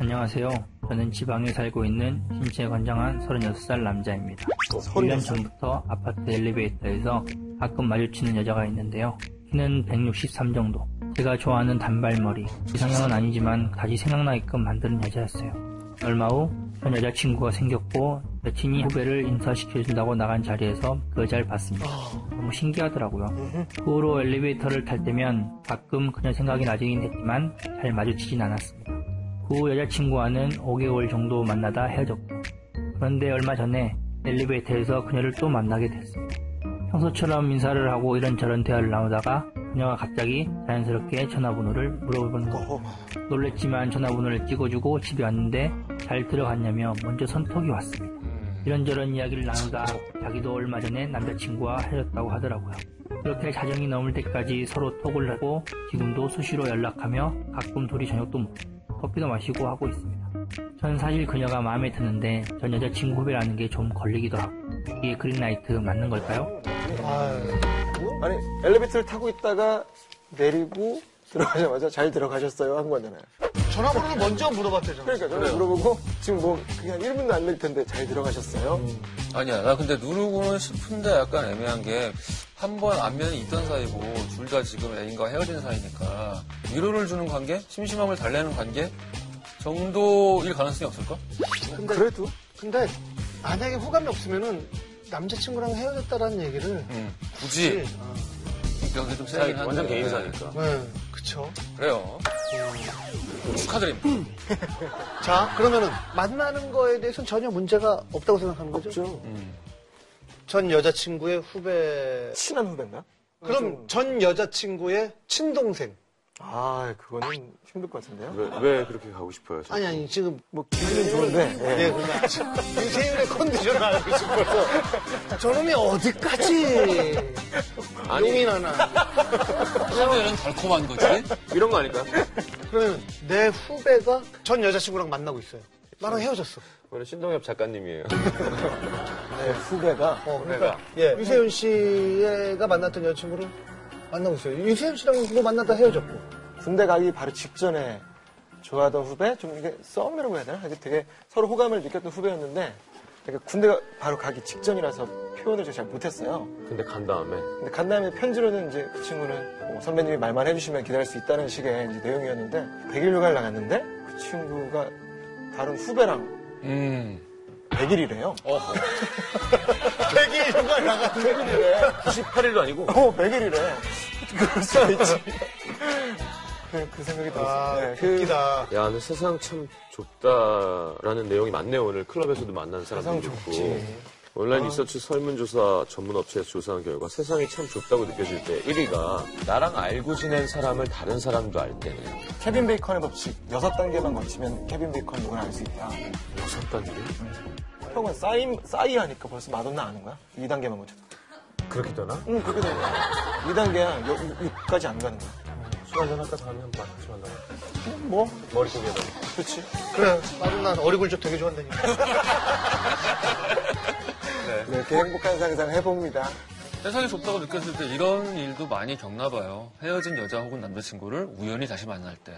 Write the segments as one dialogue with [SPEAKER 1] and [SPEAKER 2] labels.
[SPEAKER 1] 안녕하세요. 저는 지방에 살고 있는 신체 건장한 36살 남자입니다. 1년
[SPEAKER 2] 36살?
[SPEAKER 1] 전부터 아파트 엘리베이터에서 가끔 마주치는 여자가 있는데요. 키는 163 정도. 제가 좋아하는 단발머리. 이상형은 아니지만 다시 생각나게끔 만드는 여자였어요. 얼마 후 전 여자친구가 생겼고 여친이 후배를 인사시켜준다고 나간 자리에서 그 여자를 봤습니다. 너무 신기하더라고요. 그 후로 엘리베이터를 탈 때면 가끔 그녀 생각이 나긴 했지만 잘 마주치진 않았습니다. 그 후 여자친구와는 5개월 정도 만나다 헤어졌고 그런데 얼마 전에 엘리베이터에서 그녀를 또 만나게 됐습니다. 평소처럼 인사를 하고 이런저런 대화를 나누다가 그녀가 갑자기 자연스럽게 전화번호를 물어보는 겁니다.
[SPEAKER 2] 어허.
[SPEAKER 1] 놀랬지만 전화번호를 찍어주고 집에 왔는데 잘 들어갔냐며 먼저 선톡이 왔습니다. 이런저런 이야기를 나누다 자기도 얼마 전에 남자친구와 헤어졌다고 하더라고요. 그렇게 자정이 넘을 때까지 서로 톡을 하고 지금도 수시로 연락하며 가끔 둘이 저녁도 먹고 커피도 마시고 하고 있습니다. 전 사실 그녀가 마음에 드는데 전 여자친구 후배라는 게 좀 걸리기도 하고 이게 그린라이트 맞는 걸까요?
[SPEAKER 2] 아니 엘리베이터를 타고 있다가 내리고 들어가자마자 잘 들어가셨어요 한 거잖아요.
[SPEAKER 3] 전화번호를 먼저 물어봤대잖아.
[SPEAKER 2] 그러니까 저는 물어보고 지금 뭐 그게 한 1분도 안 될 텐데 잘 들어가셨어요?
[SPEAKER 4] 아니야, 나 근데 누르고는 싶은데 약간 애매한 게, 한 번 안면이 있던 사이고, 둘 다 지금 애인과 헤어진 사이니까, 위로를 주는 관계? 심심함을 달래는 관계? 정도일 가능성이 없을까?
[SPEAKER 3] 근데,
[SPEAKER 2] 그래도
[SPEAKER 3] 근데 만약에 호감이 없으면은 남자친구랑 헤어졌다라는 얘기를
[SPEAKER 4] 음, 굳이.
[SPEAKER 3] 어.
[SPEAKER 4] 여기 좀 세긴 한데.
[SPEAKER 5] 완전 개인사니까.
[SPEAKER 3] 네, 그쵸.
[SPEAKER 4] 그래요. 축하드립니다.
[SPEAKER 5] 음.
[SPEAKER 3] 자, 그러면은 만나는 거에 대해서는 전혀 문제가 없다고 생각하는 거죠?
[SPEAKER 2] 없죠.
[SPEAKER 4] 음.
[SPEAKER 3] 전 여자친구의 후배.
[SPEAKER 2] 친한 후배인가?
[SPEAKER 3] 그럼 전 여자친구의 친동생.
[SPEAKER 2] 아 그거는 힘들 것 같은데요.
[SPEAKER 5] 왜, 왜 그렇게 가고 싶어요? 저?
[SPEAKER 3] 아니, 아니, 지금.
[SPEAKER 2] 뭐 기분은 좋은데 예.
[SPEAKER 3] 예, 그러 유세윤의 컨디션 알고 싶어서. 저놈이 어디까지
[SPEAKER 5] 아니.
[SPEAKER 3] 용인하나.
[SPEAKER 4] 하면은 달콤한 거지?
[SPEAKER 5] 이런 거 아닐까요?
[SPEAKER 3] 그러면 내 후배가 전 여자친구랑 만나고 있어요. 나랑 헤어졌어.
[SPEAKER 5] 오늘 신동엽 작가님이에요.
[SPEAKER 2] 네, 후배가
[SPEAKER 3] 어, 그러니까 예, 유세윤 씨가 만났던 여자친구를 만나고 있어요. 유세윤 씨랑 뭐 만났다 헤어졌고.
[SPEAKER 2] 군대 가기 바로 직전에 좋아하던 후배 좀 이게 썸이라고 해야 되나? 아직 되게 서로 호감을 느꼈던 후배였는데 그러니까 군대가 바로 가기 직전이라서 표현을 제가 잘 못했어요.
[SPEAKER 5] 근데 간 다음에.
[SPEAKER 2] 근데 간 다음에 편지로는 이제 그 친구는 뭐 선배님이 말만 해주시면 기다릴 수 있다는 식의 이제 내용이었는데 100일 휴가를 나갔는데 그 친구가 다른 후배랑
[SPEAKER 4] 음.
[SPEAKER 2] 100일이래요.
[SPEAKER 4] 어,
[SPEAKER 2] 100일 휴가 나갔는데 100일이래.
[SPEAKER 5] 18일도 아니고.
[SPEAKER 2] 어, 100일이래. 그럴 수가 있지. 그, 그 생각이 들었어요. 네, 그
[SPEAKER 3] 아, 웃기다.
[SPEAKER 5] 야, 근데 세상 참 좁다라는 내용이 많네요. 오늘 클럽에서도 만난
[SPEAKER 2] 세상
[SPEAKER 5] 사람들도 있고.
[SPEAKER 2] 좁지.
[SPEAKER 5] 온라인 리서치 설문조사 전문 업체에서 조사한 결과 세상이 참 좁다고 느껴질 때 1위가 나랑 알고 지낸 사람을 다른 사람도 알 때네요.
[SPEAKER 2] 케빈 베이컨의 법칙 여섯 단계만 거치면 케빈 베이컨 누구나 알 수 있다.
[SPEAKER 5] 무슨 단계?
[SPEAKER 2] 형은 싸이, 싸이 하니까 벌써 마돈나 아는 거야? 2단계만 거쳐도.
[SPEAKER 5] 그렇게 되나?
[SPEAKER 2] 응, 그렇게 되는 거야. 2단계야, 6까지 안 가는 거야.
[SPEAKER 5] 술 한잔할까? 다음에 한번 같이 만나봐.
[SPEAKER 2] 뭐?
[SPEAKER 5] 머리 속에다.
[SPEAKER 2] 그렇지.
[SPEAKER 3] 그래, 나는 난 어리굴젓 되게 좋아한다니까.
[SPEAKER 2] 네, 이렇게 행복한 상상 해봅니다.
[SPEAKER 4] 세상이 좁다고 느꼈을 때 이런 일도 많이 겪나 봐요. 헤어진 여자 혹은 남자친구를 우연히 다시 만날 때.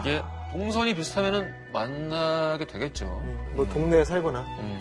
[SPEAKER 4] 이게 동선이 비슷하면 만나게 되겠죠.
[SPEAKER 2] 뭐 동네에 살거나
[SPEAKER 4] 음.